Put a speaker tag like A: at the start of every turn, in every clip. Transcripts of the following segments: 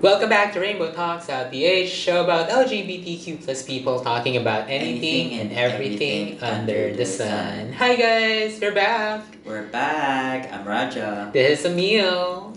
A: Welcome back to Rainbow Talks, uh, a PH show about LGBTQ plus people talking about anything,
B: Anything
A: and
B: and
A: everything,
B: everything
A: under the sun. Hi guys, we're back.
B: We're back. I'm Raja.
A: This is Emil,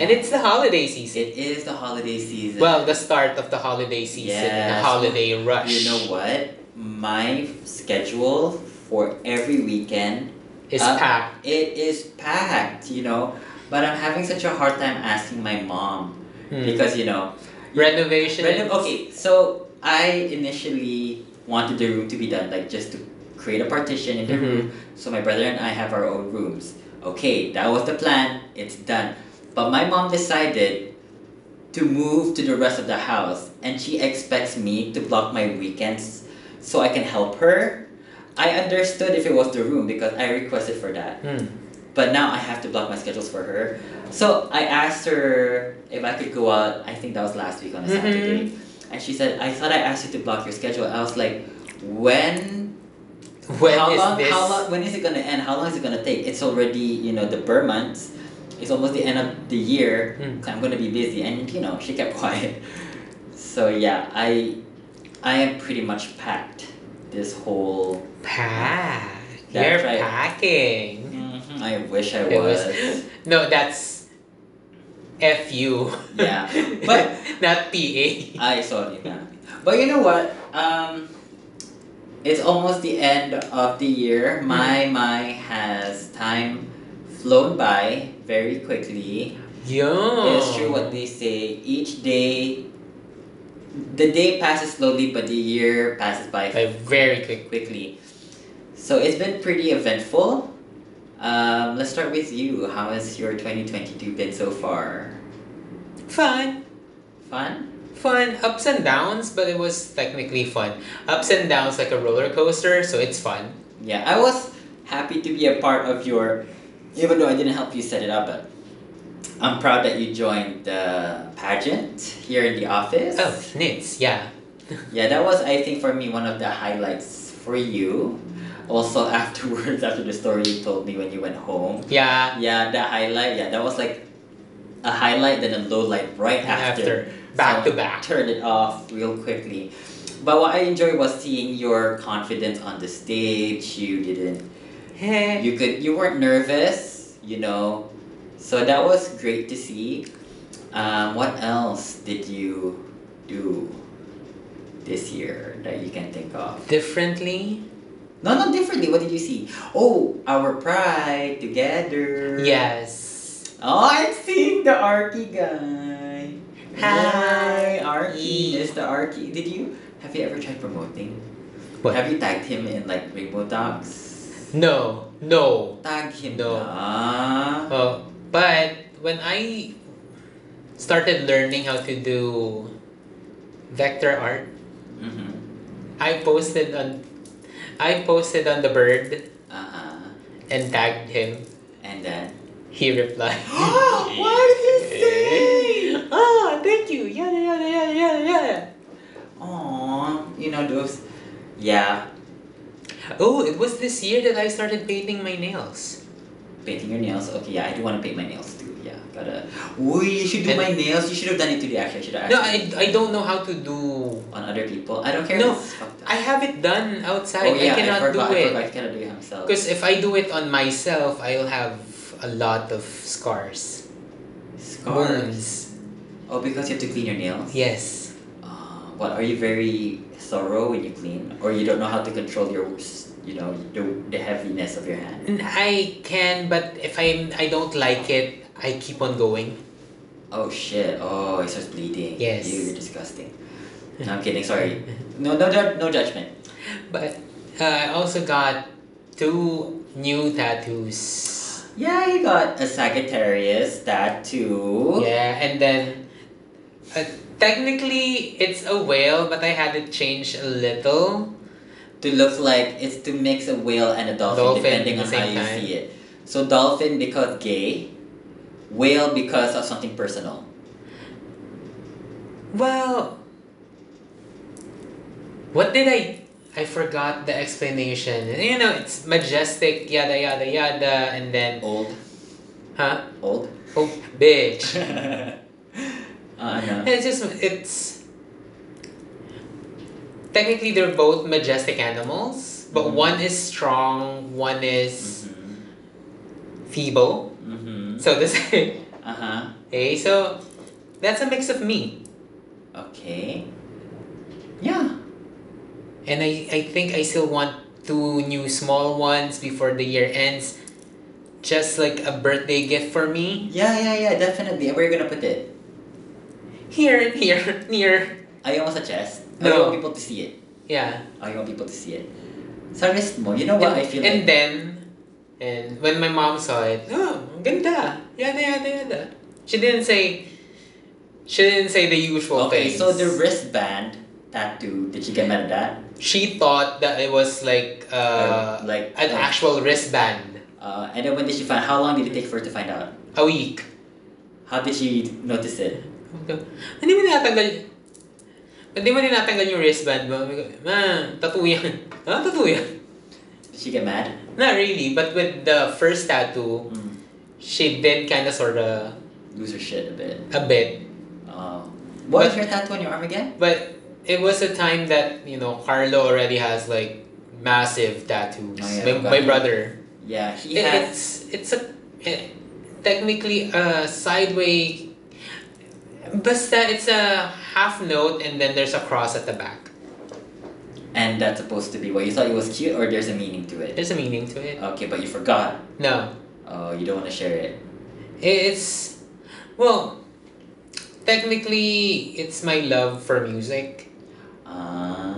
A: and it's the holiday season.
B: it is the holiday season.
A: Well, the start of the holiday season, and the
B: Yes.
A: holiday rush.
B: you know what? My schedule for every weekend
A: It's
B: Uh,
A: packed.
B: it is packed. You know, but I'm having such a hard time asking my mom
A: Hmm.
B: because you know.
A: Renovation.
B: Random, okay, so I initially wanted the room to be done like just to create a partition in the
A: Mhm.
B: room. So my brother and I have our own rooms. Okay, that was the plan. It's done. But my mom decided to move to the rest of the house, and she expects me to block my weekends so I can help her. I understood if it was the room because I requested for that
A: Hmm.
B: but now I have to block my schedules for her. So I asked her if I could go out. I think that was last week on a
A: Mhm.
B: Saturday, and she said, "I thought I asked you to block your schedule." I was like, "When?
A: Hmm. When
B: how
A: is
B: long?
A: this?
B: How long? When is it gonna end? How long is it gonna take? It's already you know the Burr months. It's almost the end of the year.
A: Mm.
B: I'm gonna be busy." And you know she kept quiet. So yeah, I I am pretty much packed this whole.
A: Packed. You're
B: That's right.
A: packing.
B: I wish I
A: Mm-hmm. It was-
B: was.
A: No, that's F U.
B: Yeah, but
A: not PA.
B: I saw it now. But you know what? Um, it's almost the end of the
A: Hmm.
B: year. My my has time flown by very quickly.
A: Yo.
B: It's true what they say. Each day, the day passes slowly, but the year passes by
A: Like, very quick.
B: quickly. So it's been pretty eventful. Um, let's start with you. How has your 2022 been so far?
A: Fun.
B: Fun?
A: Fun. Ups and downs, but it was technically fun. Ups and downs like a roller coaster, so it's fun.
B: Yeah, I was happy to be a part of your, even though I didn't help you set it up, but I'm proud that you joined the pageant here in the office.
A: Oh, nits, yeah.
B: Yeah, that was, I think, for me, one of the highlights for you. Also, afterwards, after the story you told me when you went home.
A: Yeah.
B: Yeah, the highlight, yeah, that was like a highlight, then a low light right after.
A: Back
B: So,
A: to back.
B: Turn it off real quickly. But what I enjoyed was seeing your confidence on the stage. You didn't
A: Heh.
B: you could you weren't nervous you know so that was great to see um, what else did you do this year that you can think of
A: Differently?
B: no not differently what did you see oh our pride together
A: Yes.
B: oh i'm seeing the arky guy
A: Hi.
B: Hi, E. Arky is the Arky. Did you have you ever tried promoting?
A: What?
B: Have you tagged him in like Rainbow Talks?
A: No. No.
B: Tag him.
A: No.
B: na.
A: Oh, but when I started learning how to do vector art,
B: Mhm.
A: I posted on I posted on the bird
B: Uh-huh.
A: and tagged him.
B: And then.
A: He replied.
B: what did he say?
A: Oh, thank you. Yada yada yada yada yada.
B: Aww, you know those. Yeah,
A: Oh, it was this year that I started painting my nails.
B: painting your nails. Okay, yeah, I do want to paint my nails too. Yeah, gotta. Ooh, you should do
A: And-
B: my nails. You should have done it today. Actually, I should have.
A: No,
B: asked
A: I,
B: you.
A: I don't know how to do.
B: On other people, I don't care.
A: No,
B: if it's fucked up.
A: I have it done outside.
B: Oh yeah,
A: I cannot
B: forgot,
A: do
B: I
A: it.
B: forgot, I cannot do it himself.
A: Because if I do it on myself, I'll have a lot of scars.
B: Scars.
A: Wounds.
B: Oh, because you have to clean your nails.
A: Yes.
B: Uh, what are you very thorough when you clean, or you don't know how to control your, you know, the, the heaviness of your hand?
A: And I can, but if I I don't like it, I keep on going.
B: Oh shit! Oh, it starts bleeding.
A: Yes.
B: Ew, you're disgusting. No, I'm kidding. Sorry. No, no, no, no judgment.
A: But uh, I also got two new tattoos.
B: Yeah, you got a Sagittarius tattoo.
A: Yeah, and then uh, technically it's a whale, but I had it changed a little.
B: To look like it's to mix a whale and a dolphin,
A: Dolphin
B: depending
A: at
B: on
A: the
B: how
A: same time.
B: you see it. So dolphin because gay, whale because of something personal.
A: Well, what did I? I forgot the explanation. You know, it's majestic, yada yada yada, and then
B: Old,
A: huh?
B: old.
A: Oh, bitch.
B: uh Ah, ano?
A: It's just it's technically they're both majestic animals, but
B: Mhm.
A: one is strong, one is
B: Mm-hmm.
A: feeble.
B: Mm-hmm.
A: So to say,
B: Uh-huh.
A: okay, so that's a mix of me,
B: Okay. Yeah.
A: and I I think I still want two new small ones before the year ends, just like a birthday gift for me.
B: Yeah, yeah, yeah, definitely. And Where are you gonna put it?
A: Here, here, near.
B: I almost a chest. I
A: No.
B: want people to see it.
A: Yeah.
B: I want people to see it. Sa wrist mo, you know what
A: and,
B: I feel
A: and
B: like?
A: then, and when my mom saw it, oh, ang ganda, yada yada yada. She didn't say, she didn't say the usual
B: okay,
A: things.
B: so the wristband tattoo, did you get mad at that?
A: she thought that it was like uh,
B: like,
A: an
B: like
A: actual wristband.
B: uh, and then when did she find How long did it take for her to find out?
A: A week.
B: How did she notice it?
A: Hindi mo natanggal, hindi mo natanggal yung wristband mo. Ma, tattoo yan. Ah, tattoo yan.
B: Did she get mad?
A: Not really, but with the first tattoo,
B: Mm.
A: she did kind of sort of
B: Lose her shit a bit.
A: a bit.
B: Oh. What was
A: But-
B: your tattoo on your arm again?
A: But it was a time that, you know, Carlo already has like massive tattoos.
B: Oh,
A: my,
B: yeah, I've got
A: my
B: it.
A: brother.
B: Yeah, he
A: It-
B: has.
A: It's it's a eh, technically a sideway basta it's a half note and then there's a cross at the back.
B: And that's supposed to be what you thought it was cute, or there's a meaning to it?
A: There's a meaning to it.
B: Okay, but you forgot.
A: No.
B: Oh, you don't want to share it.
A: It's well technically it's my love for music.
B: Uh,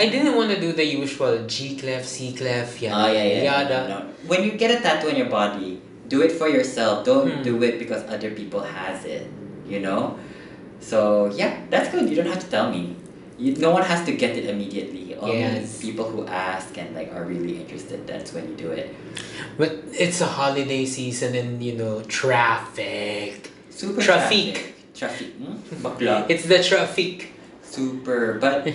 A: I didn't want to do the usual G clef, C clef, yada
B: Oh, yeah, yeah.
A: yada.
B: No. When you get a tattoo on your body, do it for yourself. Don't
A: Hmm.
B: do it because other people has it. You know. So yeah, that's good. You don't have to tell me. You, no one has to get it immediately. Only
A: Yes.
B: people who ask and like are really interested. That's when you do it.
A: But it's a holiday season and you know traffic.
B: Super
A: Traffic.
B: Traffic. Traffic. Hmm? Bakla.
A: It's the traffic.
B: Super. But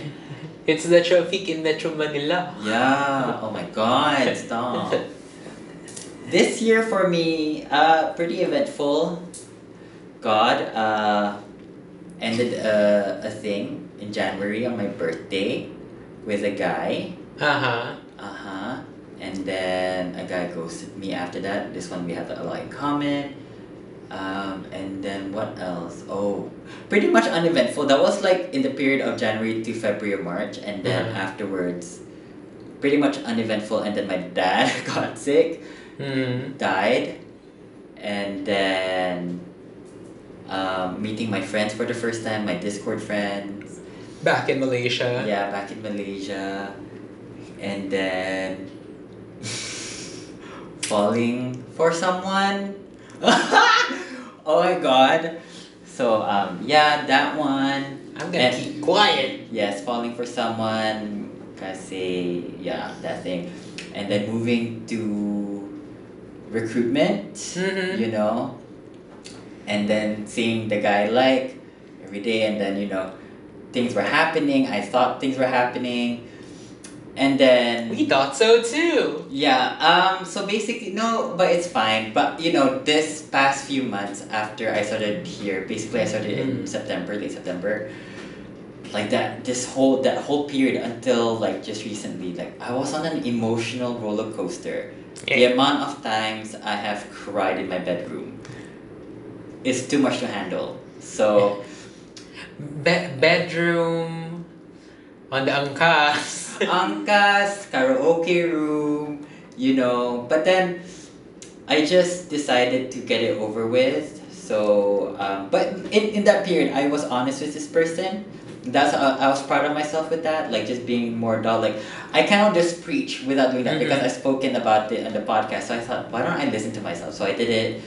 A: It's the traffic in Metro Manila.
B: Yeah. Oh my God. Stop. this year for me, uh, pretty eventful. God, uh, ended uh, a, a thing in January on my birthday with a guy.
A: Uh huh.
B: Uh huh. And then a guy ghosted me after that. This one we had a lot in common. Um, and then what else? Oh, pretty much uneventful. That was like in the period of January to February or March. And then
A: Mhm.
B: afterwards, pretty much uneventful. And then my dad got sick,
A: Mm.
B: died. And then um, meeting my friends for the first time, my Discord friends.
A: Back in Malaysia.
B: Yeah, back in Malaysia. And then falling for someone. oh my god. So um yeah, that one.
A: I'm gonna
B: And-
A: keep quiet.
B: Yes, falling for someone. Kasi yeah, that thing. And then moving to recruitment,
A: Mhm.
B: you know. And then seeing the guy I like every day and then you know things were happening. I thought things were happening. And then
A: We thought so too.
B: yeah, um, so basically, no, but it's fine. But you know, this past few months after I started here, basically I started
A: Mm.
B: in September, late September, like that, this whole, that whole period until like just recently, like I was on an emotional roller coaster. The amount of times I have cried in my bedroom is too much to handle. So,
A: Be- bedroom on the angkas.
B: Ah. Angkas, karaoke room, you know. But then I just decided to get it over with. So, um, but in, in that period, I was honest with this person. That's uh, I was proud of myself with that, like just being more dull. Like I cannot just preach without doing that
A: Mhm.
B: because I've spoken about it on the podcast. So I thought, why don't I listen to myself? So I did it,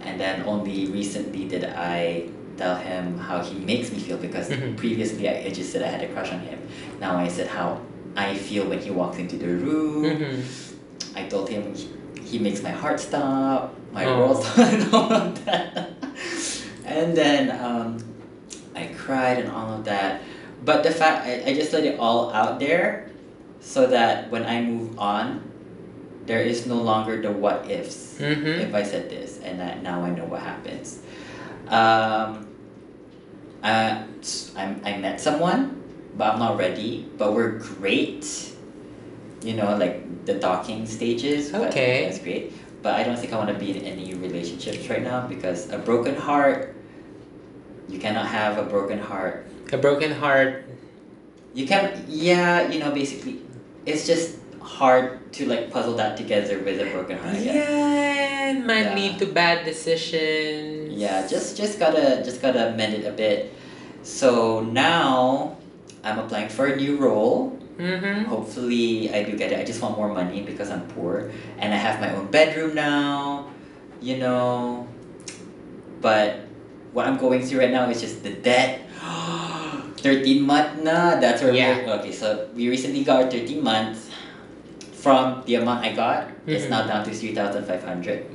B: and then only recently did I tell him how he makes me feel because
A: Mhm.
B: previously I, I just said I had a crush on him. Now I said how I feel when he walks into the room.
A: Mhm.
B: I told him he, he makes my heart stop, my
A: Oh.
B: world stop, and all of that. And then um, I cried and all of that. But the fact, I, I just let it all out there so that when I move on, There is no longer the what ifs.
A: Mm-hmm.
B: If I said this, and I, now I know what happens. Um, uh, s- I'm, I met someone, but I'm not ready. But we're great. You know, like the talking stages. but
A: Okay.
B: That's great. But I don't think I want to be in any relationships right now because a broken heart. You cannot have a broken heart
A: A broken heart.
B: you can yeah you know basically it's just hard to like puzzle that together with a broken heart I guess.
A: Yeah, it might
B: Yeah.
A: lead to bad decisions.
B: yeah just just gotta just gotta mend it a bit so now i'm applying for a new role
A: Mm-hmm.
B: hopefully i do get it i just want more money because i'm poor and i have my own bedroom now you know but what i'm going through right now is just the debt 13 month na that's where
A: Yeah.
B: we're, okay so we recently got our 13 months from the amount i got it's
A: Mhm.
B: now down to 3500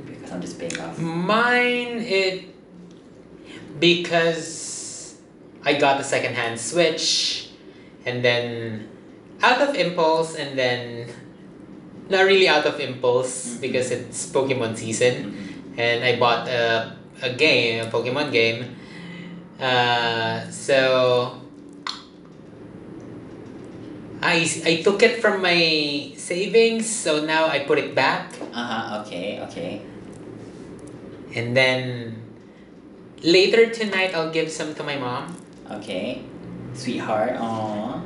B: because i'm just paying
A: Mm-hmm.
B: off
A: Mine it because I got the secondhand switch and then out of impulse and then not really out of impulse
B: Mhm.
A: because it's Pokemon season.
B: Mhm.
A: and I bought a, a game, a Pokemon game. Uh, so I, I took it from my savings, so now I put it back,
B: uh-huh okay okay
A: and then later tonight I'll give some to my mom.
B: okay sweetheart Aww.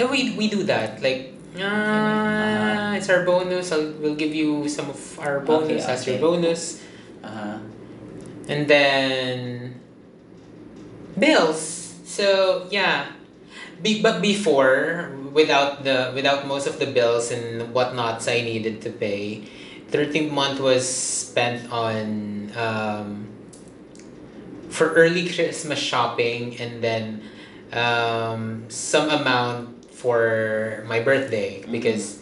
A: No, we we do that like. Ah, it's our bonus. I'll, we'll give you some of our bonus
B: Okay,
A: as your
B: okay.
A: bonus.
B: uh-huh
A: And then bills. So yeah, Be- but before without the without most of the bills and whatnots I needed to pay, thirteenth month was spent on um, for early Christmas shopping and then um, some amount for my birthday because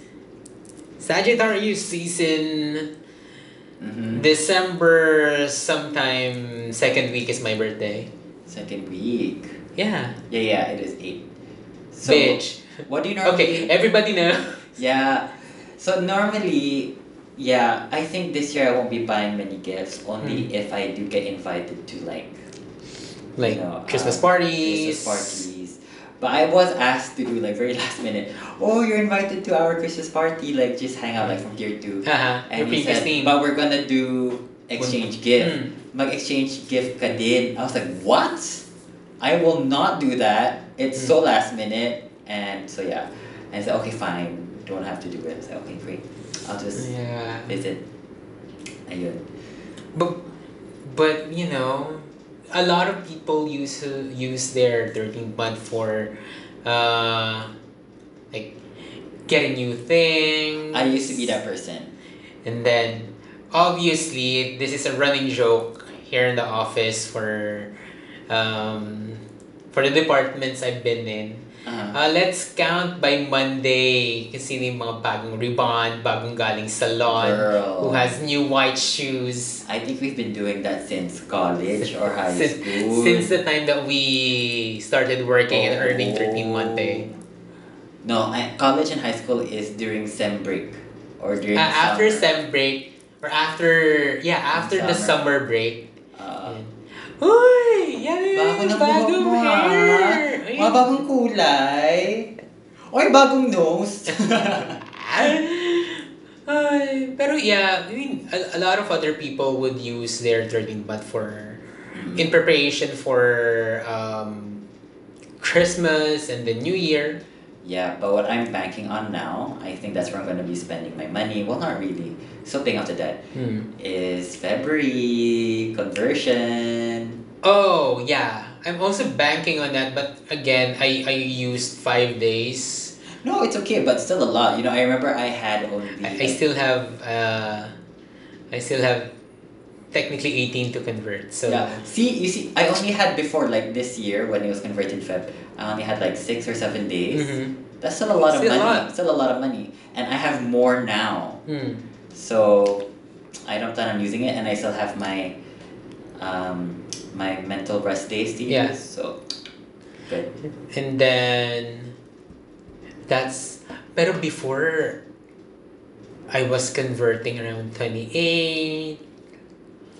A: Sagittarius season
B: mm-hmm.
A: December sometime second week is my birthday.
B: Second week.
A: Yeah.
B: Yeah, yeah, it is eight. So
A: Bitch.
B: what do you
A: Okay,
B: normally?
A: everybody know.
B: Yeah. So normally, yeah, I think this year I won't be buying many gifts.
A: Hmm.
B: Only if I do get invited to like
A: Like
B: you know,
A: Christmas
B: um,
A: parties.
B: Christmas parties. But I was asked to do like very last minute. Oh, you're invited to our Christmas party. Like just hang out like from tier two.
A: Uh-huh. Your
B: And he
A: previous
B: said,
A: theme.
B: but Hmm." we're gonna do exchange gift.
A: Mm.
B: mag-exchange gift ka din. I was like, what? I will not do that. It's so
A: Hmm.
B: last minute. And so, yeah. And I said, okay, fine. Don't have to do it. I said, okay, great. I'll just
A: Yeah.
B: visit. Ayun.
A: But but you know, a lot of people use uh, use their thirteenth month for uh like getting new things.
B: I used to be that person.
A: And then, obviously, this is a running joke here in the office for, um, for the departments I've been in.
B: Uh-huh.
A: Uh, let's count by Monday kung sino yung mga bagong rebound, bagong galing salon,
B: Girl.
A: who has new white shoes.
B: I think we've been doing that since college or high
A: Since,
B: school.
A: since the time that we started working and
B: Oh.
A: earning eh. 13 month pay.
B: No, I, college and high school is during sem break or during
A: Uh, after sem
B: summer.
A: break, or after, yeah, after the summer
B: Summer.
A: break,
B: Uh,
A: Uy! Yan!
B: Bago ng
A: bagong
B: buhok mo, ah.
A: hair! Ay.
B: Mga bagong kulay. Oy, bagong nose.
A: Ay, pero yeah, I mean, a, a lot of other people would use their 13th month for, in preparation for um, Christmas and the New Year.
B: yeah, but what I'm banking on now, I think that's where I'm going to be spending my money. Well, not really. Still paying off the debt.
A: Hmm.
B: Is February conversion.
A: Oh, yeah. I'm also banking on that, but again, I, I used five days.
B: No, it's okay, but still a lot. You know, I remember I had only.
A: I, I still have, uh, I still have technically 18 to convert, so.
B: Yeah. See, you see, I only had before like this year when it was converted Feb. I only had like six or seven days.
A: Mhm.
B: That's still a lot
A: Still a
B: of money.
A: lot.
B: Still a lot of money, and I have more now.
A: Mm.
B: So I don't plan on using it, and I still have my um, my mental rest days to use.
A: Yeah.
B: So good.
A: And then that's pero before I was converting around 28.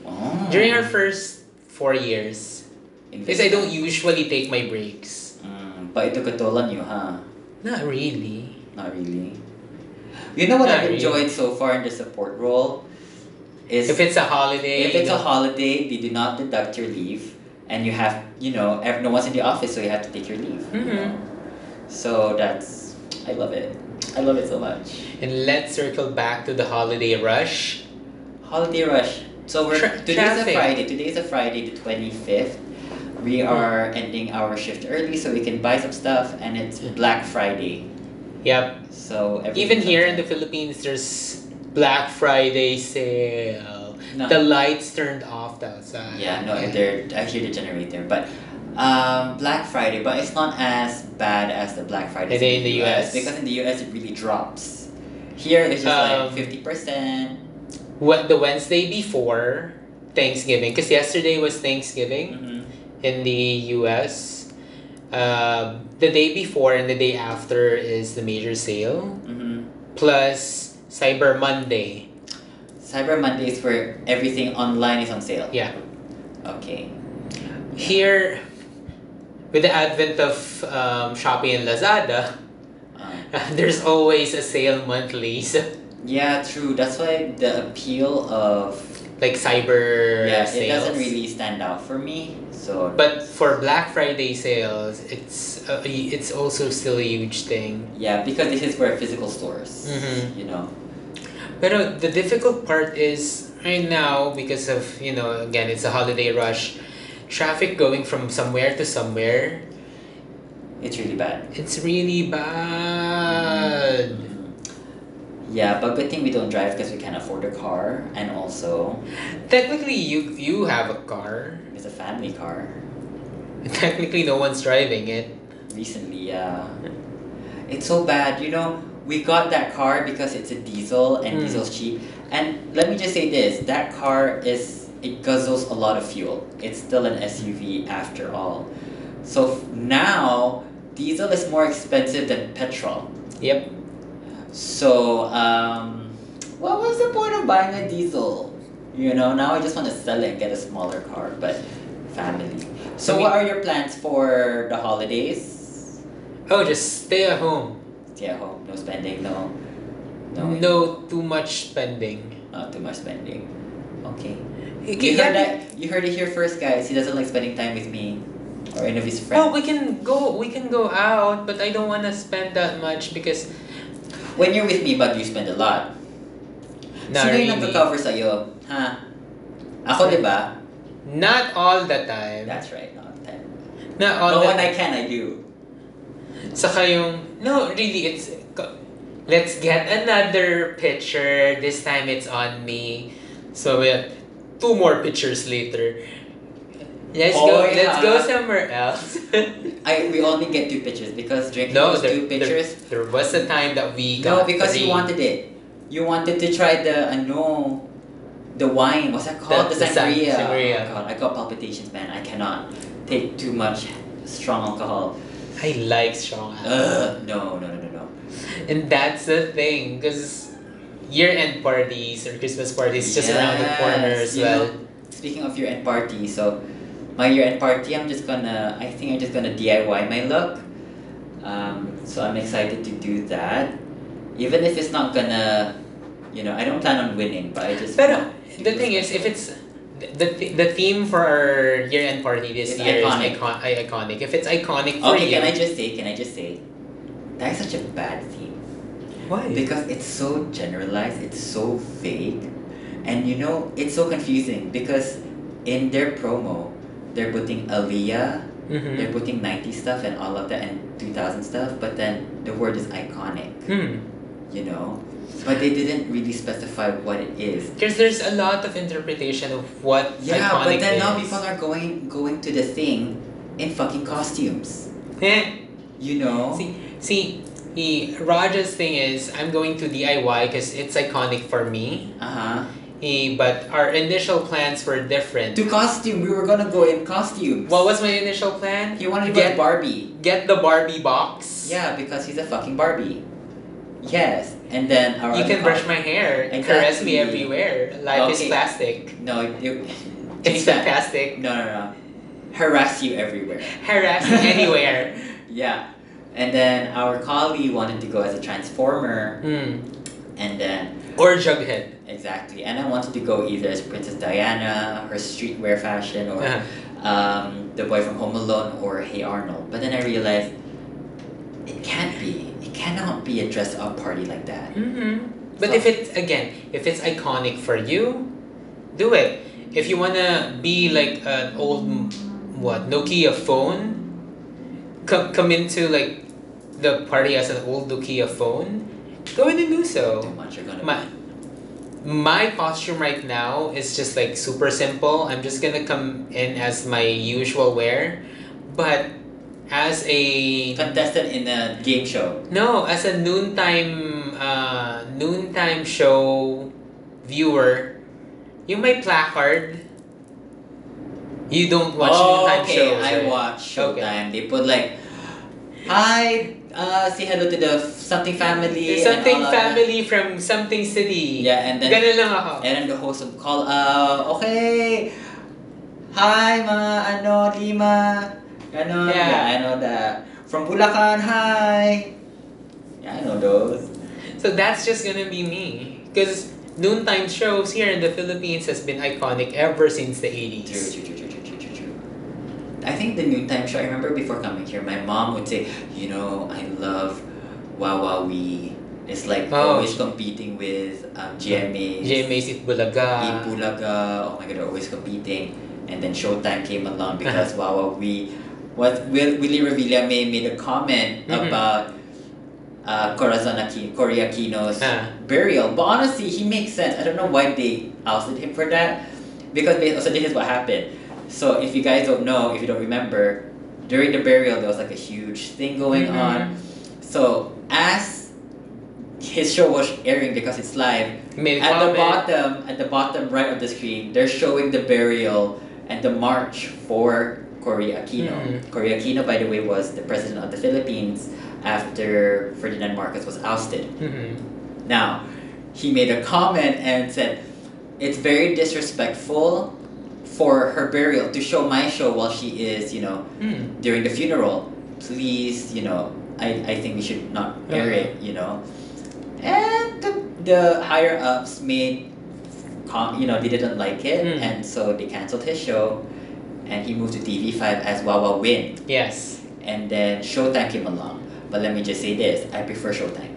B: Oh.
A: During our first four years,
B: In
A: because I don't usually take my breaks.
B: Mm, but ito katolan nyo, ha?
A: Not really.
B: Not really. You know what
A: Not
B: I've
A: really.
B: enjoyed so far in the support role? Is
A: If it's a holiday,
B: If it's
A: you
B: a
A: know,
B: holiday, they do not deduct your leave, and you have, you know, ev- no one's in the office, so you have to take your leave. you
A: Mhm.
B: know? So that's, I love it. I love it so much.
A: and let's circle back to the holiday rush.
B: Holiday rush. So we're
A: Tra-
B: today's a
A: traffic. Mm-hmm.
B: Friday. Today's a Friday, the twenty fifth. We are ending our shift early so we can buy some stuff, and it's Black Friday.
A: Yep.
B: So
A: Even here in the Philippines, there's Black Friday sale.
B: no,
A: The lights turned off the outside.
B: Yeah, no, they're I hear the generator, but um, Black Friday, but it's not as bad as the Black Friday
A: Is it in the US?
B: because in the US it really drops. Here it's just
A: Um,
B: like fifty percent.
A: What the Wednesday before Thanksgiving? Because yesterday was Thanksgiving
B: Mm-hmm.
A: in the U.S. Uh, the day before and the day after is the major sale.
B: Mm-hmm.
A: Plus Cyber Monday.
B: Cyber Monday is where everything online is on sale.
A: Yeah.
B: Okay.
A: Here, with the advent of um, Shopee and Lazada,
B: Um,
A: there's always a sale monthly. So,
B: yeah, true. That's why the appeal of
A: like cyber
B: yeah,
A: sales.
B: it doesn't really stand out for me. So
A: But for Black Friday sales, it's a, it's also still a huge thing.
B: yeah, because this is where physical stores,
A: Mhm.
B: you know,
A: But uh, the difficult part is right now because of you know again it's a holiday rush, traffic going from somewhere to somewhere.
B: it's really bad.
A: It's really bad.
B: Yeah, but good thing we don't drive because we can't afford a car, and also
A: Technically, you you have a car.
B: it's a family car.
A: Technically, no one's driving it.
B: Recently, yeah, it's so bad. You know, we got that car because it's a diesel, and
A: Mm.
B: diesel's cheap. And let me just say this: that car is it guzzles a lot of fuel. It's still an SUV after all. So f- now diesel is more expensive than petrol.
A: Yep.
B: So, um, what was the point of buying a diesel? You know, now I just want to sell it and get a smaller car, but family.
A: I
B: So,
A: mean-
B: what are your plans for the holidays?
A: Oh, just stay at home.
B: Stay at home, no spending, no, no,
A: No too much spending.
B: not too much spending. Okay.
A: Okay,
B: You
A: yeah,
B: heard that? You heard it here first, guys. He doesn't like spending time with me or any of his
A: Well,
B: friends.
A: Oh, we can go. We can go out, but I don't want to spend that much because
B: When you're with me, but you spend a lot.
A: not
B: Sino yung
A: really.
B: nagka-cover sa'yo? Ha? Ako, di ba?
A: Not all the time.
B: That's right, not them.
A: Not all
B: But
A: Oh, the
B: when I can, I do.
A: Saka yung, no, really, it's, co- let's get another picture. This time it's on me. So we have two more pictures later. Let's go,
B: Oh, yeah.
A: let's go somewhere else.
B: I we only get two pictures because Drake
A: no,
B: was
A: there,
B: two
A: there,
B: pictures.
A: there was a time that we got
B: no, because
A: three.
B: you wanted it. You wanted to try the I know, the wine. What's that called?
A: The- the
B: The,
A: san-
B: sangria.
A: sangria.
B: Oh my god, I got palpitations, man. I cannot take too much strong alcohol.
A: I like strong alcohol.
B: Ugh, no, no, no, no, no.
A: And that's the thing, because year-end parties or Christmas parties just around the corner as
B: Yes, you
A: well.
B: know, speaking of your end party, so my year end party, I'm just gonna. I think I'm just gonna DIY my look. Um, so I'm excited to do that, even if it's not gonna. You know, I don't plan on winning, but I just.
A: Pero,
B: want to
A: The
B: do
A: thing is, if
B: something.
A: it's the, the, the theme for our year end party this
B: It's
A: year is
B: iconic.
A: icon- i- iconic. If it's iconic for
B: Okay,
A: you,
B: can I just say? Can I just say? That is such a bad theme.
A: why?
B: Because it's so generalized, it's so vague, and you know, it's so confusing because in their promo, they're putting Aaliyah,
A: hmm
B: they're putting 90 stuff and all of that and 2000 stuff, but then the word is iconic,
A: Hmm.
B: you know? But they didn't really specify what it is.
A: Because there's a lot of interpretation of what
B: Yeah,
A: iconic
B: but then
A: is.
B: now people are going going to the thing in fucking costumes,
A: Eh,
B: you know?
A: See, see, he, Roger's thing is I'm going to DIY because it's iconic for me.
B: Uh huh.
A: He, but our initial plans were different.
B: To costume, we were gonna go in costumes.
A: What was my initial plan?
B: He wanted to
A: Get-
B: get Barbie.
A: Get the Barbie box.
B: Yeah, because he's a fucking Barbie. Yes, and then our
A: You
B: other
A: can brush
B: op-
A: my hair,
B: Exactly.
A: caress me everywhere. Life is
B: Okay.
A: plastic.
B: No, you.
A: It's
B: Change that.
A: fantastic.
B: No, no, no. Harass you everywhere.
A: Harass me anywhere.
B: Yeah, and then our colleague wanted to go as a transformer,
A: Mm.
B: and then
A: Or Jughead.
B: exactly, and I wanted to go either as Princess Diana, her streetwear fashion, or
A: Uh-huh.
B: um, the boy from Home Alone or Hey Arnold. But then I realized it can't be. It cannot be a dress up party like that.
A: Mm-hmm. But if it's again, if it's iconic for you, do it. If you wanna be like an old m- what Nokia phone, come come into like the party as an old Nokia phone, go in and do
B: Too
A: so.
B: much you're gonna.
A: My my costume right now is just like super simple. I'm just gonna come in as my usual wear, but as a
B: contestant in a game show.
A: no, as a noontime uh, noontime show viewer, yung may placard. You don't watch
B: oh,
A: noontime
B: okay.
A: shows.
B: I
A: right?
B: watch
A: Okay.
B: Showtime. They put like, hi, uh, say hello to the f- something family. and
A: something
B: all of that.
A: family from something city.
B: uh, Yeah, and then
A: Ganun lang ako.
B: and then the host of call. Uh, okay. Hi, mga ano lima. Ano?
A: Yeah.
B: I know that. From Bulacan. Hi. Yeah, I know those.
A: So that's just gonna be me. Because noontime shows here in the Philippines has been iconic ever since the
B: True,
A: 80s.
B: true, true, true, true, true, true, true. I think the new time show, I remember before coming here, my mom would say, you know, I love Wawawi. It's like
A: Oh.
B: always competing with um, GMA,
A: JMA's It Bulaga.
B: Ipulaga, oh my god, they're always competing. And then Showtime came along because Wawawi, what Will, Willie Revilla made, made a comment
A: Mhm.
B: about uh, Corazon Aquino, Cory Aquino's
A: Ah.
B: burial. But honestly, he makes sense. I don't know why they ousted him for that. Because they, so this is what happened. So if you guys don't know, if you don't remember, during the burial there was like a huge thing going
A: Mhm.
B: on. So as his show was airing because it's live,
A: Made a
B: at the
A: comment.
B: bottom, at the bottom right of the screen, they're showing the burial and the march for Cory Aquino.
A: Mhm.
B: Cory Aquino, by the way, was the president of the Philippines after Ferdinand Marcos was ousted.
A: Mhm.
B: Now, he made a comment and said, "It's very disrespectful for her burial to show my show while she is, you know,
A: Mm.
B: during the funeral. Please, you know, I, I think we should not air it, you know." And the, the higher ups made, com- you know, they didn't like it,
A: Mm.
B: and so they canceled his show, and he moved to TV Five as Wawa Win,
A: Yes.
B: and then Showtime came along. But let me just say this: I prefer Showtime.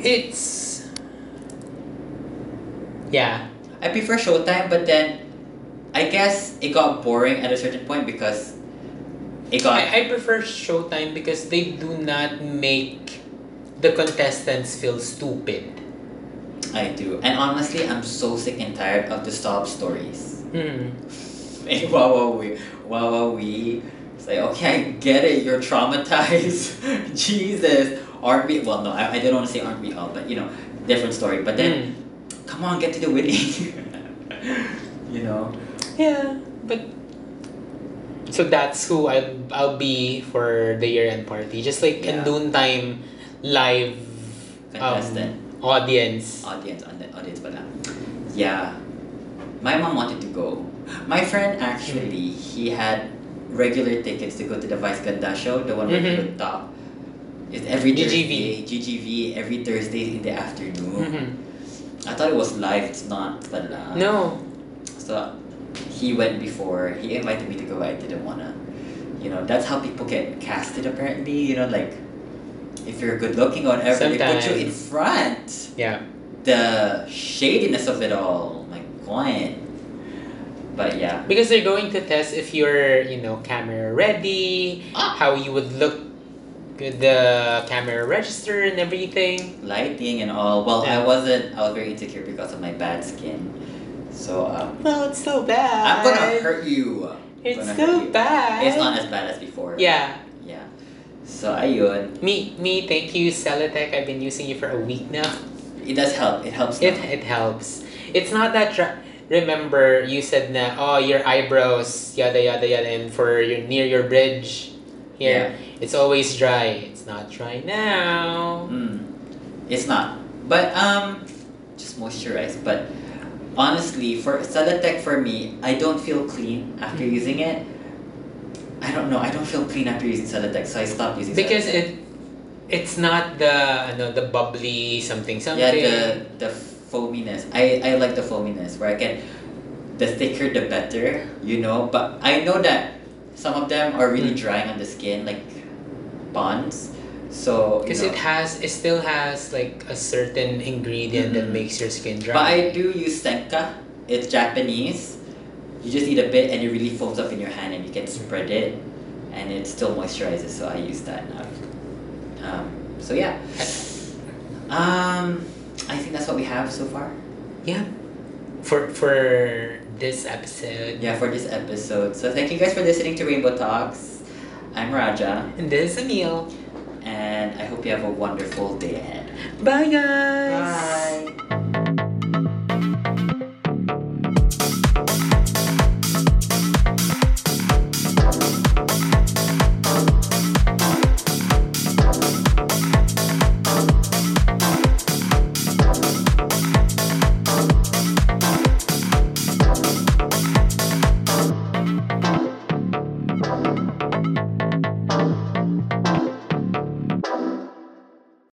A: It's yeah.
B: I prefer Showtime, but then I guess it got boring at a certain point because it got
A: I, I prefer Showtime because they do not make the contestants feel stupid.
B: I do. And honestly, I'm so sick and tired of the sob stories.
A: Hmm.
B: Like wow wow we wow wow we. It's like okay, I get it. You're traumatized. Jesus, aren't we? Well, no, I, I didn't want to say aren't we all, but you know, different story. But then,
A: Hmm.
B: come on, get to the winning. you know.
A: Yeah, but so that's who I I'll be for the year end party. Just like
B: Yeah.
A: a noontime live
B: Contestant.
A: um, audience.
B: audience on the audience pala. Yeah. My mom wanted to go. My friend actually,
A: Hmm.
B: he had regular tickets to go to the Vice Ganda show, the one where
A: Mhm.
B: he would talk. It's every
A: GGV.
B: Thursday, GGV, every Thursday in the afternoon.
A: Mhm.
B: I thought it was live, it's not pala.
A: No.
B: So he went before, he invited me to go, I didn't wanna. You know, that's how people get casted apparently, you know, like if you're good looking or whatever, they put you in
A: Sometimes.
B: front
A: Yeah.
B: the shadiness of it all. My god. But yeah.
A: Because they're going to test if you're, you know, camera ready,
B: Ah.
A: how you would look with the camera register and everything.
B: Lighting and all. Well, I
A: Yeah.
B: wasn't. I was very insecure because of my bad skin. So uh,
A: Well, it's so bad.
B: I'm gonna hurt you.
A: It's
B: gonna hurt
A: so
B: you.
A: bad.
B: It's not as bad as before.
A: Yeah.
B: Yeah. So ayun.
A: Me, me, thank you, Celatec. I've been using you for a week now.
B: It does help. It helps.
A: It,
B: now.
A: it helps. It's not that... Tra- Remember, you said na, oh, your eyebrows, yada, yada, yada, and for your, near your bridge. here. It's always dry. It's not dry now.
B: Mm, it's not. But um, just moisturize. But honestly, for Salatec for me, I don't feel clean after
A: Mm.
B: using it. I don't know. I don't feel clean after using Salatec, so I stopped using.
A: Because
B: Salatec.
A: it it's not the ano, the bubbly something something.
B: yeah, the the foaminess. I I like the foaminess where I can, the thicker the better, you know. But I know that some of them are really
A: Mm.
B: drying on the skin, like bonds. So you
A: because
B: know.
A: it has it still has like a certain ingredient that
B: Mhm.
A: makes your skin dry.
B: But I do use Senka. It's Japanese. You just eat a bit and it really foams up in your hand and you can spread it and it still moisturizes. So I use that now. Um, so yeah. Um, I think that's what we have so far.
A: yeah. For for this episode.
B: Yeah, for this episode. So thank you guys for listening to Rainbow Talks. I'm Raja
A: And this is Emil.
B: and I hope you have a wonderful day ahead.
A: Bye guys.
B: Bye.